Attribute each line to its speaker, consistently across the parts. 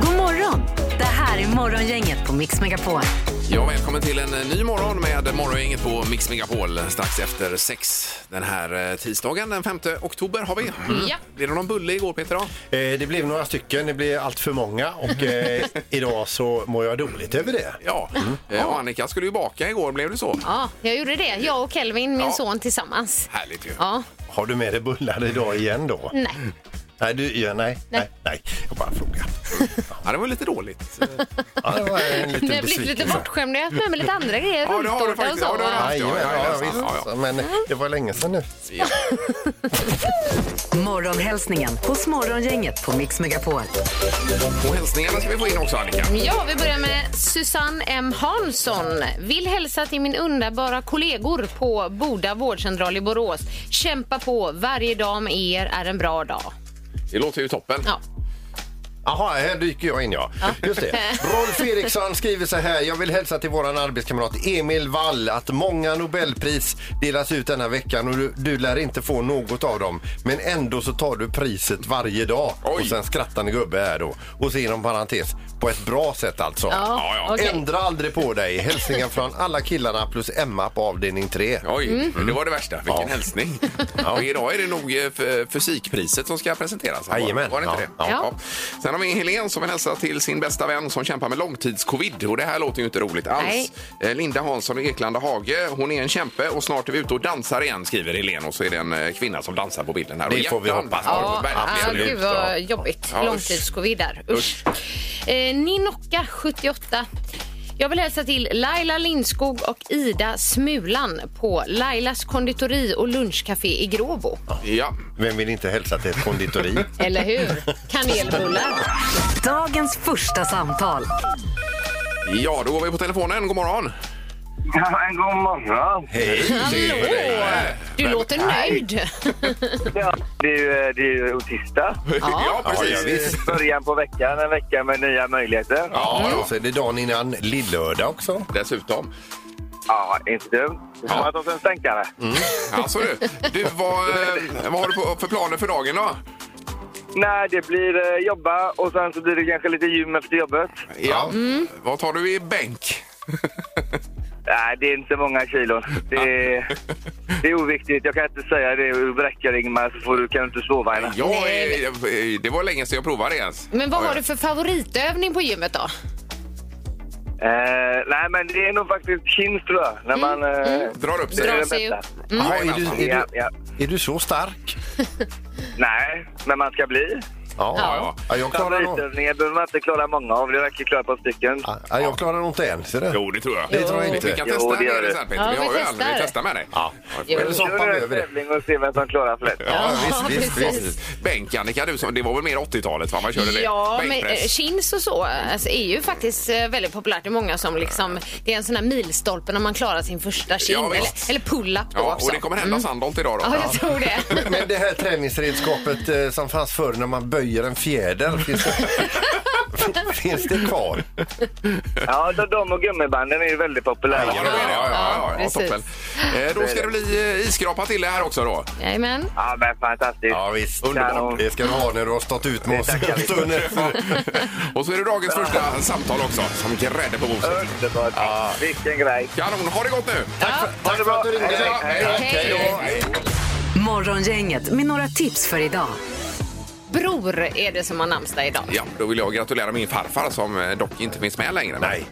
Speaker 1: God morgon! Det här är Morgongänget på Mix Megapol.
Speaker 2: Ja, välkommen till en eh, ny morgon med Morgongänget på Mix Megapol strax efter sex den här eh, tisdagen den 5 oktober har vi. Mm.
Speaker 3: Ja.
Speaker 2: Blev det någon bulle igår Peter? Då?
Speaker 4: Eh, Det blev några stycken, det blev allt för många och eh, idag så mår jag dåligt över det.
Speaker 2: Ja, eh, och Annika skulle ju baka igår, blev det så?
Speaker 3: Mm. Ja, jag gjorde det. Jag och Kelvin, min
Speaker 2: Ja.
Speaker 3: son, tillsammans.
Speaker 2: Härligt ju.
Speaker 3: Ja,
Speaker 4: Har du med dig bullar idag igen då?
Speaker 3: nej.
Speaker 4: Nej, du, ja, nej, nej,
Speaker 3: Nej.
Speaker 4: nej, jag bara frågar.
Speaker 2: Ja, det var lite dåligt.
Speaker 4: Ja, det var en
Speaker 3: Nu
Speaker 4: liten
Speaker 3: har jag blivit lite
Speaker 4: besvikelse.
Speaker 3: bortskämd. Jag har haft med mig lite andra grejer.
Speaker 2: Ja, det har du
Speaker 3: rulltårta
Speaker 2: faktiskt. Ja,
Speaker 3: och
Speaker 2: det
Speaker 3: så. Mm.
Speaker 2: har du haft.
Speaker 4: Jajamän,
Speaker 2: Ja, ja,
Speaker 4: ja,
Speaker 2: visst. Ja, ja.
Speaker 4: visst. Men det var länge sedan nu.
Speaker 2: Ja.
Speaker 1: Morgonhälsningen hos Morgongänget på Mix Megapol.
Speaker 2: Och hälsningarna ska vi få in också Annika.
Speaker 3: Ja, vi börjar med Susanne M Hansson. Vill hälsa till min underbara kollegor på Boda vårdcentral i Borås. Kämpa på. Varje dag med er är en bra dag.
Speaker 2: Det låter ju toppen.
Speaker 3: Ja.
Speaker 4: Jaha, här dyker jag in ja. Just det. Rolf Eriksson skriver så här. Jag vill hälsa till våran arbetskamrat Emil Wall att många Nobelpris delas ut denna veckan och du, du lär inte få något av dem. Men ändå så tar du priset varje dag.
Speaker 2: Oj.
Speaker 4: Och sen skrattande gubbe här då. Och så inom parentes, på ett bra sätt alltså.
Speaker 2: Ja, ja.
Speaker 3: okej.
Speaker 4: Ändra aldrig på dig. Hälsningar från alla killarna plus Emma på avdelning 3.
Speaker 2: Oj, det var det värsta. Vilken
Speaker 4: Mm. Ja.
Speaker 2: hälsning. Och idag är det nog eh, f- fysikpriset som ska presenteras.
Speaker 4: Jajamän.
Speaker 2: Var det inte
Speaker 4: Ja.
Speaker 2: det?
Speaker 4: Ja.
Speaker 2: Sen har vi Helen som vill hälsa till sin bästa vän som kämpar med långtidscovid. Och det här låter ju inte roligt alls.
Speaker 3: Nej.
Speaker 2: Eh, Linda Hansson i Eklanda Hage. Hon är en kämpe och snart är vi ute och dansar igen skriver Helen. Och så är det en eh, kvinna som dansar på bilden här.
Speaker 4: Det
Speaker 2: Och
Speaker 4: får vi
Speaker 2: hjärtan.
Speaker 4: hoppas på.
Speaker 2: Ja,
Speaker 3: Ja, ah,
Speaker 2: verkligen.
Speaker 3: gud vad jobbigt.
Speaker 2: Ja, usch.
Speaker 3: Långtidscovid där. Usch. Eh, Ninocka, 78. Jag vill hälsa till Laila Lindskog och Ida Smulan på Lailas konditori och lunchcafé i Gråbo.
Speaker 2: Ja.
Speaker 4: Vem vill inte hälsa till ett konditori?
Speaker 3: Eller hur? Kanelbullar.
Speaker 1: Dagens första samtal.
Speaker 2: ja, då går vi på telefonen. God morgon.
Speaker 5: Ja, god morgon.
Speaker 4: Hej!
Speaker 3: Hallå! Du låter nöjd.
Speaker 5: Ja, det är ju, det är ju tisdag.
Speaker 2: ja, precis.
Speaker 4: Ja, ja, visst.
Speaker 5: Början på veckan, en vecka med nya möjligheter.
Speaker 4: Ja, och så är det dagen innan lillördag också.
Speaker 2: Dessutom.
Speaker 5: Ja, inte dumt. Det
Speaker 2: Ja.
Speaker 5: har tagit en stänkare.
Speaker 2: Alltså du, du vad, eh, vad har du på, för planer för dagen då?
Speaker 5: Nej, det blir eh, jobba och sen så blir det kanske lite gym efter jobbet.
Speaker 2: Ja. Mm. Vad tar du i bänk?
Speaker 5: Nej, det är inte många kilon. Det är, det är oviktigt. Jag kan inte säga det ur bräckering, men så får du, kan du inte sova henne.
Speaker 2: Jag,
Speaker 3: Nej.
Speaker 2: eh, det var länge sedan jag provade ens.
Speaker 3: Men vad
Speaker 2: Ja,
Speaker 3: var
Speaker 2: ja.
Speaker 3: det för favoritövning på gymmet då?
Speaker 5: Eh, nej, men det är nog faktiskt chins, tror jag. När man... eh,
Speaker 2: Drar upp sig.
Speaker 5: det är
Speaker 3: Mm, Drar
Speaker 5: det
Speaker 3: sig
Speaker 5: bästa.
Speaker 3: upp.
Speaker 4: Ja, är, du,
Speaker 5: Ja,
Speaker 4: är,
Speaker 5: ja.
Speaker 4: du, är du så stark?
Speaker 5: Nej, men man ska bli.
Speaker 4: Ja,
Speaker 2: Ja.
Speaker 4: ja. jag, klarar nog,
Speaker 5: Favoritövningar behöver man inte klara många av. Det räcker att klara ett par stycken.
Speaker 4: ja, jag klarar nog inte en. Ser du?
Speaker 2: Jo, det tror jag.
Speaker 4: Det tror jag
Speaker 2: Vi
Speaker 4: inte.
Speaker 2: kan
Speaker 5: Jo,
Speaker 2: testa
Speaker 5: det gör
Speaker 2: med dig
Speaker 5: det.
Speaker 2: sen Peter.
Speaker 3: Ja,
Speaker 2: vi
Speaker 3: vi
Speaker 2: har ju
Speaker 3: testar
Speaker 2: aldrig
Speaker 3: det.
Speaker 2: testar med dig.
Speaker 4: Ja.
Speaker 3: Jo.
Speaker 4: Eller så
Speaker 5: Kör
Speaker 4: hoppar vi
Speaker 5: du en
Speaker 4: över det.
Speaker 5: tävling och se vem som klarar flest.
Speaker 4: Ja, visst,
Speaker 3: precis.
Speaker 4: visst, visst.
Speaker 2: Bänk, Annika, du, som- det var väl mer 80-talet va? man körde det?
Speaker 3: Ja, men eh,
Speaker 2: Bänkpress.
Speaker 3: chins och så alltså, är ju faktiskt eh, väldigt populärt. Det är många som liksom, det är en sån här milstolpe när man klarar sin första chin.
Speaker 2: Ja,
Speaker 3: eller
Speaker 2: visst.
Speaker 3: eller pull-up då
Speaker 2: ja,
Speaker 3: också. Mm.
Speaker 2: och det kommer hända Sandholt idag då.
Speaker 3: Ja, jag tror det.
Speaker 4: Men det här träningsredskapet eh, som fanns förr när man böjer en fjäder, finns det, finns det kvar?
Speaker 5: Ja, de- de och gummibanden är ju väldigt populära.
Speaker 2: Ja, det är det. ja, ja, ja, ja,
Speaker 3: precis.
Speaker 2: toppen. Eh, Då ska det bli eh, isskrapa till det här också då.
Speaker 3: Jajamän.
Speaker 5: Ja, men fantastiskt.
Speaker 4: Ja, visst.
Speaker 5: Kanon.
Speaker 4: Det ska du ha när du har stått ut med oss
Speaker 5: Det tackar
Speaker 4: en
Speaker 5: vi.
Speaker 4: stund.
Speaker 2: Och så är det dagens första samtal också, som grädde på moset.
Speaker 5: Underbart. Vilken grej.
Speaker 2: Kanon, ha det gott nu!
Speaker 4: Tack för att du ringde.
Speaker 5: Hej, hej, hej.
Speaker 4: Hej då.
Speaker 1: Morgongänget med några tips för idag.
Speaker 3: Bror är det som har namnsdag idag.
Speaker 2: Ja, då vill jag gratulera min farfar som eh, dock inte finns med längre. Men
Speaker 4: Nej.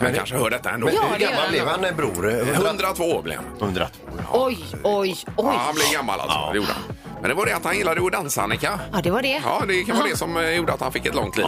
Speaker 2: Han kanske hör detta ändå.
Speaker 4: Men
Speaker 3: Ja,
Speaker 4: hur
Speaker 3: det gör
Speaker 4: gammal
Speaker 3: han.
Speaker 4: blev han, eh, bror?
Speaker 2: 102 blev han.
Speaker 4: 102.
Speaker 3: Oj, oj, oj.
Speaker 2: Ja, han blev gammal alltså. Det gjorde han. Men det var det att han gillade att dansa, Annika.
Speaker 3: Ja, det var det.
Speaker 2: Ja, det kan vara det som eh, gjorde att han fick ett långt liv.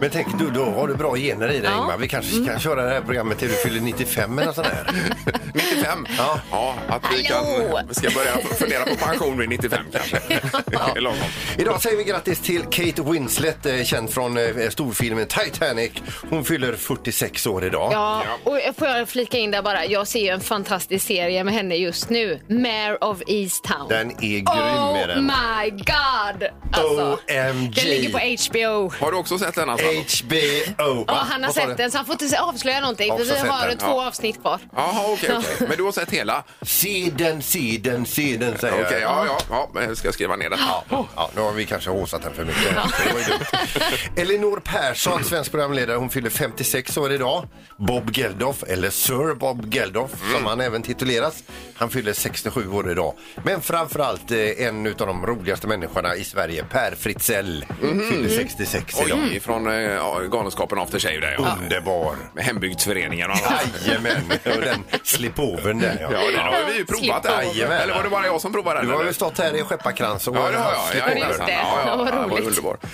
Speaker 4: Men tänk, du, då har du bra gener i dig
Speaker 3: Ja. Mm.
Speaker 4: Ingmar. Vi kanske kan köra det här programmet till du fyller 95 eller sån här.
Speaker 2: 95.
Speaker 4: Ja.
Speaker 2: att vi
Speaker 3: Hallå!
Speaker 2: kan, vi ska börja fundera på pension vid 95 kanske. Ja. Lagom.
Speaker 4: Idag säger vi grattis till Kate Winslet, eh, känd från eh, storfilmen Titanic. Hon fyller 46 år idag.
Speaker 3: Ja, och jag får jag flika in där bara. Jag ser ju en fantastisk serie med henne just nu. Mare of Easttown.
Speaker 4: Den är grym
Speaker 3: oh
Speaker 4: är den.
Speaker 3: my god! Alltså,
Speaker 4: OMG.
Speaker 3: Den ligger på HBO.
Speaker 2: Har du också sett den alltså?
Speaker 4: HBO.
Speaker 3: Ja, han har sett den, så han får inte avslöja någonting.
Speaker 4: Jag har
Speaker 3: för
Speaker 4: också
Speaker 3: vi
Speaker 4: sett
Speaker 3: har
Speaker 4: den,
Speaker 3: två
Speaker 2: ja.
Speaker 3: avsnitt kvar.
Speaker 2: Jaha, okej. okej. Men du har sett hela?
Speaker 4: Se den, se den, se den, säger
Speaker 2: Okej,
Speaker 4: jag.
Speaker 2: ja, ja, ja. men Jag ska skriva ner det.
Speaker 4: Ja, ja, nu har vi kanske håsat den för mycket. Det var ju dumt. Elinor Persson, svensk programledare, hon fyller 56 år idag. Bob Geldof, eller Sir Bob Geldof,
Speaker 2: Mm.
Speaker 4: som han även tituleras, han fyller 67 år idag. Men framförallt eh, en av de roligaste människorna i Sverige, Per Fritzell, fyller 66 idag.
Speaker 2: Mhm. Oj, från eh, ja, Galenskapen After Shave där ja.
Speaker 4: Underbar.
Speaker 2: Med hembygdsföreningen och annat.
Speaker 4: Jajamän, och den slipovern där
Speaker 2: Ja, det har vi ju provat där.
Speaker 4: Jajamän.
Speaker 2: Eller var det bara jag som provade den?
Speaker 4: Du har
Speaker 2: eller?
Speaker 4: ju stått här i skepparkrans och
Speaker 2: Ja, det har jag.
Speaker 4: slipover.
Speaker 2: Ja,
Speaker 3: Just det. Ja, vad
Speaker 2: det var
Speaker 3: roligt.
Speaker 2: underbart.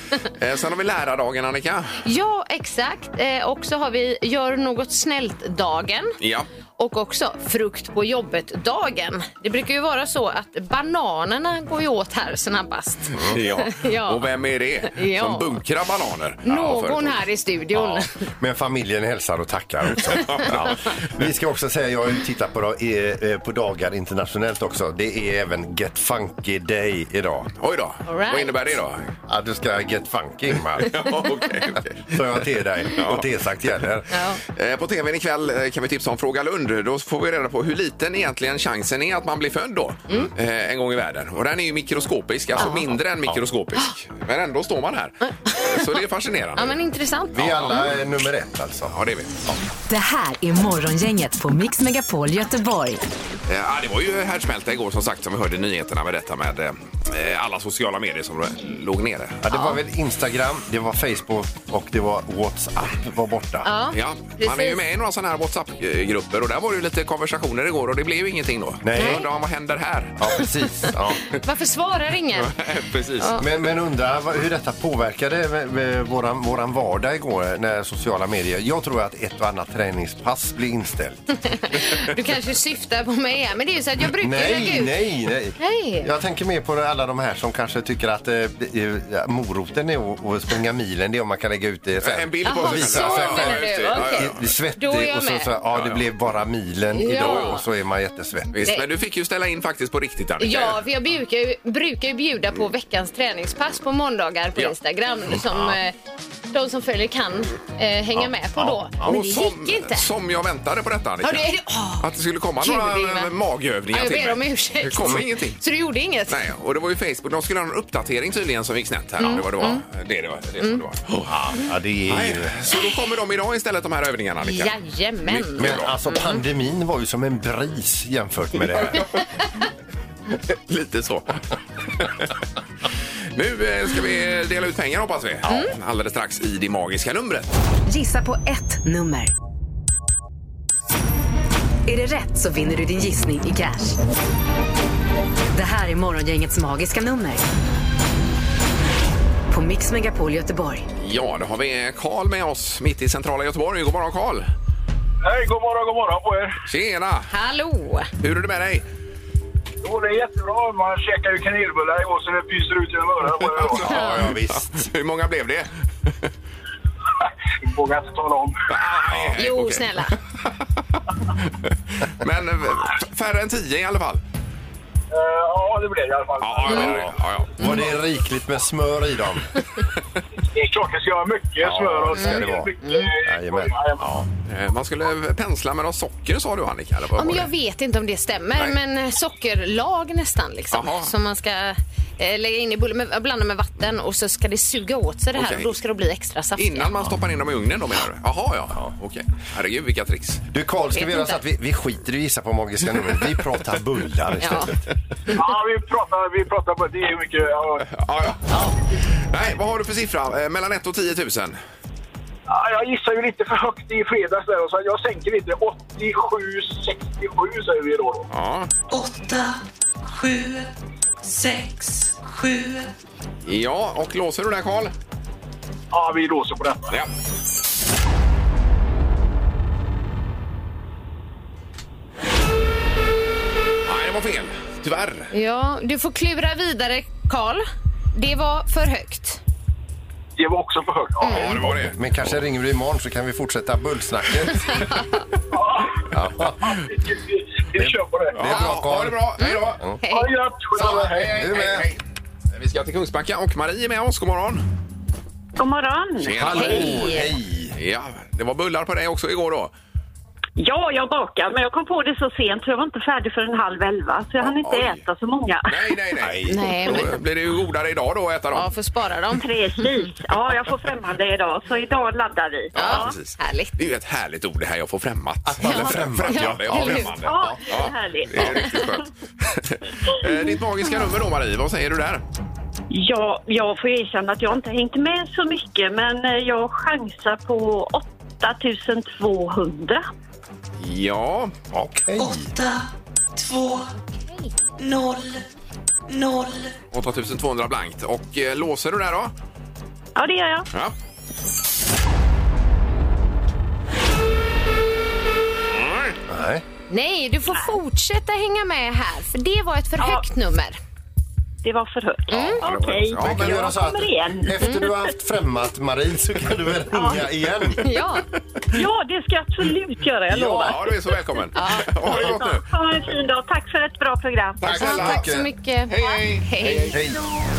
Speaker 2: Eh, Sen har vi lärardagen, Annika.
Speaker 3: Ja, exakt. Eh, och så har vi Gör något snällt-dagen.
Speaker 2: Ja.
Speaker 3: Och också Frukt på jobbet-dagen. Det brukar ju vara så att bananerna går ju åt här snabbast.
Speaker 4: Mm.
Speaker 2: Ja.
Speaker 3: Ja.
Speaker 2: Och vem är det
Speaker 3: Ja.
Speaker 2: som bunkrar bananer? Ja,
Speaker 3: Någon
Speaker 2: företag.
Speaker 3: här i studion.
Speaker 4: Men familjen hälsar och tackar också. Ja. Vi ska också säga, jag har ju tittat på, då- eh, eh, på dagar internationellt också. Det är även Get Funky Day idag.
Speaker 2: Oj då.
Speaker 3: All right.
Speaker 2: Vad innebär det då?
Speaker 4: Ja, du ska get funky Ingmar.
Speaker 2: Ja, okej, okej.
Speaker 4: Så jag till dig och tesagt gäller.
Speaker 2: Eh, På tvn ikväll eh, kan vi tipsa om Fråga Lund. Då får vi reda på hur liten egentligen chansen är att man blir född då.
Speaker 3: Mm.
Speaker 2: Eh, En gång i världen. Och den är ju mikroskopisk, alltså mindre än mikroskopisk. Men ändå står man här. Eh, Så det är fascinerande.
Speaker 3: Ja, men intressant.
Speaker 4: Vi är alla är nummer ett alltså.
Speaker 2: Ja, det är vi.
Speaker 1: Det här är Morgongänget på Mix Megapol Göteborg.
Speaker 2: Eh, Ja, det var ju härdsmälta igår som sagt som vi hörde i nyheterna med detta med eh, alla sociala medier som eh, låg nere.
Speaker 4: Ja, det var väl Instagram, det var Facebook och det var WhatsApp var borta.
Speaker 2: Ja,
Speaker 3: precis.
Speaker 2: man är ju med i några sådana här WhatsApp-grupper och där var det ju lite konversationer igår och det blev ju ingenting då.
Speaker 4: Nej.
Speaker 2: Jag undrar vad händer här?
Speaker 4: Ja, precis. Ja.
Speaker 3: Varför svarar ingen?
Speaker 2: Precis.
Speaker 4: Men, men undra vad- hur detta påverkade eh, eh, våran, våran vardag igår eh, när sociala medier. Jag tror att ett och annat träningspass blir inställt.
Speaker 3: Du kanske syftar på mig, här, men det är ju så att jag brukar lägga
Speaker 4: Nej,
Speaker 3: ut...
Speaker 4: nej, nej,
Speaker 3: Nej.
Speaker 4: Jag tänker mer på alla de här som kanske tycker att eh, eh, moroten är att- att springa milen. Det är om man kan lägga ut det sen.
Speaker 2: En bild på
Speaker 3: Jaha,
Speaker 2: sig
Speaker 3: så
Speaker 2: själv. Ja,
Speaker 3: menar
Speaker 2: ja,
Speaker 3: du,
Speaker 2: just det. Ja, ja,
Speaker 3: okej.
Speaker 2: ja.
Speaker 4: I- Svettig
Speaker 3: Då är jag
Speaker 4: och så,
Speaker 3: med.
Speaker 4: så ja, det blev bara milen
Speaker 3: Ja.
Speaker 4: idag och så är man jättesvettig.
Speaker 2: Visst,
Speaker 3: Nej.
Speaker 2: men du fick ju ställa in faktiskt på riktigt Annika.
Speaker 3: Ja, för jag brukar ju, brukar ju bjuda på veckans träningspass på måndagar på
Speaker 2: Ja.
Speaker 3: Instagram som eh, de som följer kan eh, hänga med på då.
Speaker 2: Ja,
Speaker 3: Men
Speaker 2: och
Speaker 3: det
Speaker 2: som,
Speaker 3: gick inte.
Speaker 2: som jag väntade på detta Annika.
Speaker 3: Ja, det- åh.
Speaker 2: Att det skulle komma
Speaker 3: Kul,
Speaker 2: några
Speaker 3: Ingmar.
Speaker 2: eh, magövningar
Speaker 3: Ja, jag
Speaker 2: till
Speaker 3: ber om
Speaker 2: mig.
Speaker 3: ursäkt.
Speaker 2: Det kom ingenting.
Speaker 3: Så du gjorde inget?
Speaker 2: Nej, och det var ju Facebook. De skulle ha en uppdatering tydligen som gick snett
Speaker 3: Mm,
Speaker 2: här. Ja, Det var det var. Det, det var det, som det var.
Speaker 4: Ja, det är
Speaker 2: Nej,
Speaker 4: ju...
Speaker 2: så då kommer de idag istället de här övningarna Annika.
Speaker 3: Jajamän.
Speaker 4: Men alltså
Speaker 3: Mm.
Speaker 4: pandemin var ju som en bris jämfört med det här.
Speaker 2: Lite så. nu eh, ska vi dela ut pengar hoppas vi.
Speaker 3: Mm.
Speaker 2: Alldeles strax i det magiska numret.
Speaker 1: Gissa på ett nummer. Är det rätt så vinner du din gissning i cash. Det här är Morgongängets magiska nummer. På Mix Megapol Göteborg.
Speaker 2: Ja, då har vi Karl med oss mitt i centrala Göteborg. God morgon Karl!
Speaker 5: Hej, god morgon, god morgon på er.
Speaker 2: Tjena!
Speaker 3: Hallå!
Speaker 2: Hur är det med dig?
Speaker 5: Jo, det är jättebra. Man käkar ju kanelbullar igår så det pyser ut genom öronen på er. då.
Speaker 4: Ja, ja visst.
Speaker 2: Hur många blev det?
Speaker 5: Jag Vågar inte tala om.
Speaker 2: Nej,
Speaker 3: Jo,
Speaker 2: okej.
Speaker 3: snälla.
Speaker 2: Men eh, f- färre än tio i alla fall.
Speaker 5: Eh, ja, det blev det i alla fall.
Speaker 2: Ja, jag menar det. Ja, ja.
Speaker 4: Var det rikligt med smör i dem?
Speaker 5: Det är klart jag ska göra mycket smör och
Speaker 4: det ska det vara. Mm.
Speaker 5: mycket...
Speaker 4: Jajamän.
Speaker 5: Ja.
Speaker 2: Eh, Man skulle pensla med något socker sa du Annika? Eller vad
Speaker 3: Ja,
Speaker 2: var
Speaker 3: men
Speaker 2: det?
Speaker 3: jag vet inte om det stämmer,
Speaker 2: Nej.
Speaker 3: men eh, sockerlag nästan liksom.
Speaker 2: Jaha.
Speaker 3: Som man ska eh, lägga in i bullen, med- blanda med vatten och så ska det suga åt sig det här
Speaker 2: Okej.
Speaker 3: och då ska det bli extra saftigt.
Speaker 2: Innan man stoppar in dem i ugnen då menar du? Jaha, ja. Okej. Herregud, vilka tricks.
Speaker 4: Du Karl, ska
Speaker 3: Vet
Speaker 4: vi göra
Speaker 3: inte.
Speaker 4: så att vi, vi skiter i att gissa på magiska nummer. Vi pratar
Speaker 3: Ja.
Speaker 4: bullar istället.
Speaker 5: ja, vi pratar, vi pratar på... Det är mycket... Ja,
Speaker 2: Ja, ja. Nej, vad har du för siffra? Eh, Mellan 1 och 10 000?
Speaker 5: Ja, jag gissar ju lite för högt i fredags där, så jag sänker lite. 87, 67 säger vi då. då.
Speaker 2: Ja.
Speaker 6: sex, sju.
Speaker 2: Ja, och låser du där Karl?
Speaker 5: Ja, vi låser på detta.
Speaker 2: Ja. Nej, det var fel. Tyvärr.
Speaker 3: Ja, du får klura vidare, Karl. Det var för högt.
Speaker 5: Det var också för högt. Ja.
Speaker 2: Ja, det var det.
Speaker 4: Men kanske ringer du imorgon så kan vi fortsätta bullsnacket.
Speaker 5: Vi, vi, vi kör på det.
Speaker 4: Det är bra
Speaker 2: Ha det
Speaker 4: Karl.
Speaker 2: bra. Hej då.
Speaker 3: Hej.
Speaker 5: Ha det gött!
Speaker 4: Samma,
Speaker 5: Skitsamma.
Speaker 4: hej, hej,
Speaker 2: Du med.
Speaker 4: hej.
Speaker 2: Vi ska till Kungsbacka och Marie är med oss. God morgon.
Speaker 6: God morgon!
Speaker 2: Tjena.
Speaker 3: Hej.
Speaker 2: Hej. Ja, det var bullar på dig också igår då.
Speaker 6: Ja, jag bakar, men jag kom på det så sent så jag var inte färdig förrän halv elva. Så jag hann inte
Speaker 2: Oj.
Speaker 6: äta så många.
Speaker 2: Nej, nej, nej.
Speaker 3: Nej,
Speaker 2: Då blir det ju godare idag då att äta dem.
Speaker 3: Ja, får spara dem.
Speaker 6: Precis. Ja, jag får främmande idag, så idag laddar vi.
Speaker 2: Ja, precis.
Speaker 3: Härligt.
Speaker 2: Det är ju ett härligt ord det här, jag får främmat.
Speaker 4: man
Speaker 2: Eller
Speaker 4: får
Speaker 2: främ-
Speaker 4: främmat,
Speaker 2: främjande,
Speaker 3: ja.
Speaker 2: ja,
Speaker 3: Eller hur?
Speaker 2: främmande.
Speaker 6: Ja, det är härligt.
Speaker 2: Det är riktigt skönt. Eh, Ditt magiska nummer då Marie, vad säger du där?
Speaker 6: Ja, jag får erkänna att jag inte hängt med så mycket, men eh, jag chansar på 8200.
Speaker 2: Ja,
Speaker 4: Okej.
Speaker 6: Åtta, två, noll, noll.
Speaker 2: 8200 blankt. Och eh, låser du där då?
Speaker 6: Ja, det gör jag.
Speaker 2: Ja.
Speaker 4: Nej.
Speaker 3: Nej, du får fortsätta hänga med här, för det var ett för högt nummer.
Speaker 6: Det var för högt.
Speaker 2: Mm. ja, det var-
Speaker 6: Okej.
Speaker 2: ja,
Speaker 4: Vi kan göra så att
Speaker 6: kommer igen.
Speaker 4: efter du har haft främmat Marie så kan du väl ringa igen.
Speaker 3: Ja,
Speaker 6: Ja, det ska jag absolut göra, jag lovar.
Speaker 2: Ja, du är så välkommen. Ha det gott nu.
Speaker 6: Ha en fin dag. Tack för ett bra program.
Speaker 2: Tack
Speaker 3: ja
Speaker 2: snälla.
Speaker 3: tack så mycket.
Speaker 2: Hej, hej.
Speaker 3: Hej.
Speaker 4: Hej.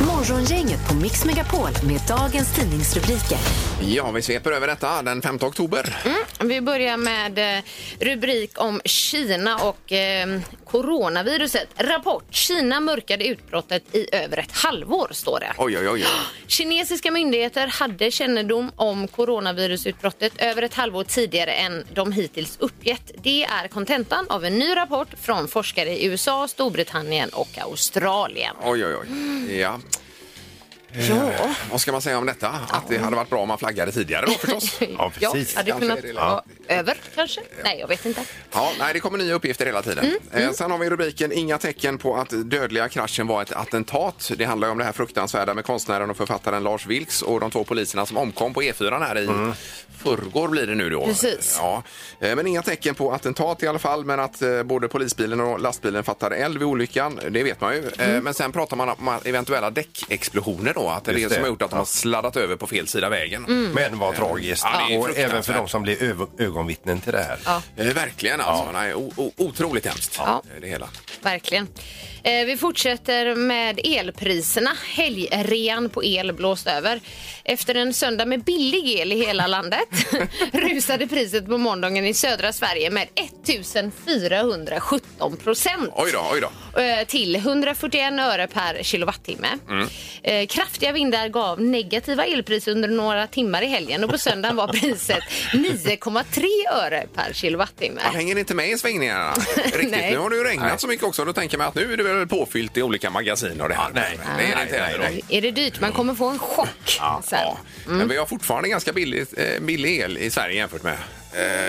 Speaker 1: Morgongänget på Mix Megapol med dagens tidningsrubriker.
Speaker 2: Ja, vi sveper över detta den 5 oktober.
Speaker 6: Mm.
Speaker 3: Vi börjar med eh, rubrik om Kina och eh, coronaviruset. Rapport. Kina mörkade utbrottet i över ett halvår, står det.
Speaker 2: Oj, oj, oj.
Speaker 3: Kinesiska myndigheter hade kännedom om coronavirusutbrottet över ett halvår tidigare än de hittills uppgett. Det är kontentan av en ny rapport från forskare i USA, Storbritannien och Australien.
Speaker 2: Oj, oj, oj. Ja. Mm. Eh, vad ska man säga om detta? Att det hade varit bra om man flaggade tidigare då förstås.
Speaker 4: Ja, precis.
Speaker 3: hade
Speaker 2: Kanske
Speaker 3: kunnat
Speaker 2: är det
Speaker 3: vara över kanske? Nej, jag vet inte.
Speaker 2: Ja, nej, det kommer nya uppgifter hela tiden. Eh, sen har vi rubriken Inga tecken på att dödliga kraschen var ett attentat. Det handlar ju om det här fruktansvärda med konstnären och författaren Lars Vilks och de två poliserna som omkom på E4 här i
Speaker 4: Mm.
Speaker 2: förrgår blir det nu då.
Speaker 3: Precis.
Speaker 2: Ja. Eh, men inga tecken på attentat i alla fall, men att eh, både polisbilen och lastbilen fattade eld vid olyckan, det vet man ju. Eh, men sen pratar man om eventuella däckexplosioner då, att det är
Speaker 4: Just
Speaker 2: det som
Speaker 4: det.
Speaker 2: har gjort att de har sladdat över på fel sida vägen.
Speaker 4: Men vad tragiskt.
Speaker 2: Ja, det är
Speaker 4: och även för
Speaker 2: fruktansvärt.
Speaker 4: de som blir öv- ögonvittnen till det här.
Speaker 2: Eh, verkligen alltså. Nej, o- o- otroligt hemskt,
Speaker 3: Ja.
Speaker 2: eh, det hela.
Speaker 3: Verkligen. Eh, vi fortsätter med elpriserna. Helgrean på el blåst över. Efter en söndag med billig el i hela landet rusade priset på måndagen i södra Sverige med 1417 procent
Speaker 2: Oj då, oj då.
Speaker 3: eh, till 141 öre per kilowattimme. Eh, kraftiga vindar gav negativa elpriser under några timmar i helgen och på söndagen var priset 9,3 öre per kilowattimme.
Speaker 2: Man hänger inte med i svängningarna riktigt.
Speaker 3: Nej.
Speaker 2: Nu har det ju regnat så mycket också. Då tänker man att nu är det väl påfyllt i olika magasin och det här. nej, det är det inte heller då.
Speaker 3: Är det dyrt? Man kommer få en chock sen. Mm.
Speaker 2: Ja. Men vi har fortfarande ganska billig, eh, billig el i Sverige jämfört med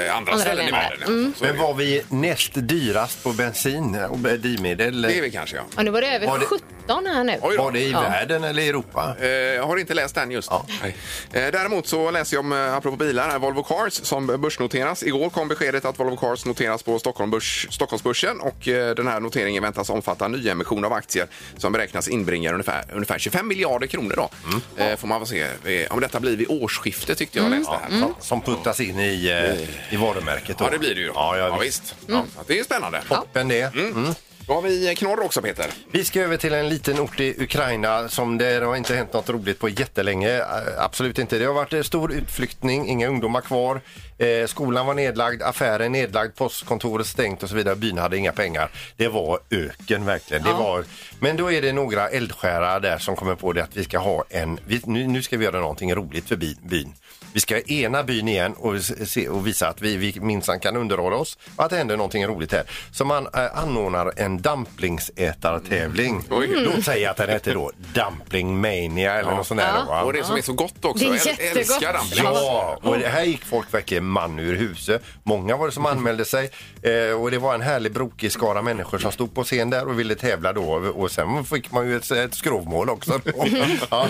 Speaker 2: eh, andra, ställen i
Speaker 3: länder. Mm.
Speaker 2: världen. Så
Speaker 4: Men var vi näst dyrast på bensin och drivmedel?
Speaker 2: det är vi kanske, ja.
Speaker 3: Ja, nu var det över
Speaker 4: Var det-
Speaker 3: 17 här nu.
Speaker 2: Oj då.
Speaker 4: Var det i
Speaker 3: Ja.
Speaker 4: världen eller i Europa?
Speaker 2: Eh, Jag har inte läst den just. Nej. Eh, Däremot så läser jag om, eh, apropå bilar, här, Volvo Cars som börsnoteras. Igår kom beskedet att Volvo Cars noteras på Stockholm börs, Stockholmsbörsen och eh, den här noteringen väntas omfatta nyemission av aktier som beräknas inbringa ungefär, ungefär 25 miljarder kronor. Då.
Speaker 4: Mm.
Speaker 2: Eh, Får man väl se eh, om detta blir vid årsskiftet tyckte
Speaker 3: Mm.
Speaker 2: jag läste här.
Speaker 4: Som, som puttas in i, eh, i varumärket. Då.
Speaker 2: Mm. Ja, det blir det ju. då.
Speaker 4: Ja, ja, visst.
Speaker 2: visst.
Speaker 3: Mm.
Speaker 2: Ja, så att det är spännande.
Speaker 4: Toppen det. Mm.
Speaker 2: Då har vi knorr också, Peter.
Speaker 4: Vi ska över till en liten ort i Ukraina som det har inte hänt något roligt på jättelänge. Eh, Absolut inte. Det har varit eh, stor utflyttning, inga ungdomar kvar. Eh, skolan var nedlagd, affären nedlagd, postkontoret stängt och så vidare. Byn hade inga pengar. Det var öken verkligen. Det var... Men då är det några eldsjärar där som kommer på det att vi ska ha en... Vi, nu, nu ska vi göra någonting roligt för by- byn. Vi ska ena byn igen och, s- se, och visa att vi, vi minsann kan underhålla oss och att det händer någonting roligt här. Så man eh, anordnar en en dumplingsätartävling.
Speaker 2: Mm. Oj.
Speaker 4: Låt säga att den hette då Dumpling Mania eller något sånt där. Då, va?
Speaker 2: Och det som är så gott också.
Speaker 3: Det är
Speaker 2: Jag äl-
Speaker 3: jättegott.
Speaker 2: Älskar dumplings.
Speaker 4: Ja, och det här gick folk verkligen man ur huset. Många var det som anmälde sig eh, och det var en härlig brokig skara människor som stod på scen där och ville tävla då och sen fick man ju ett, ett skrovmål också. då. ja.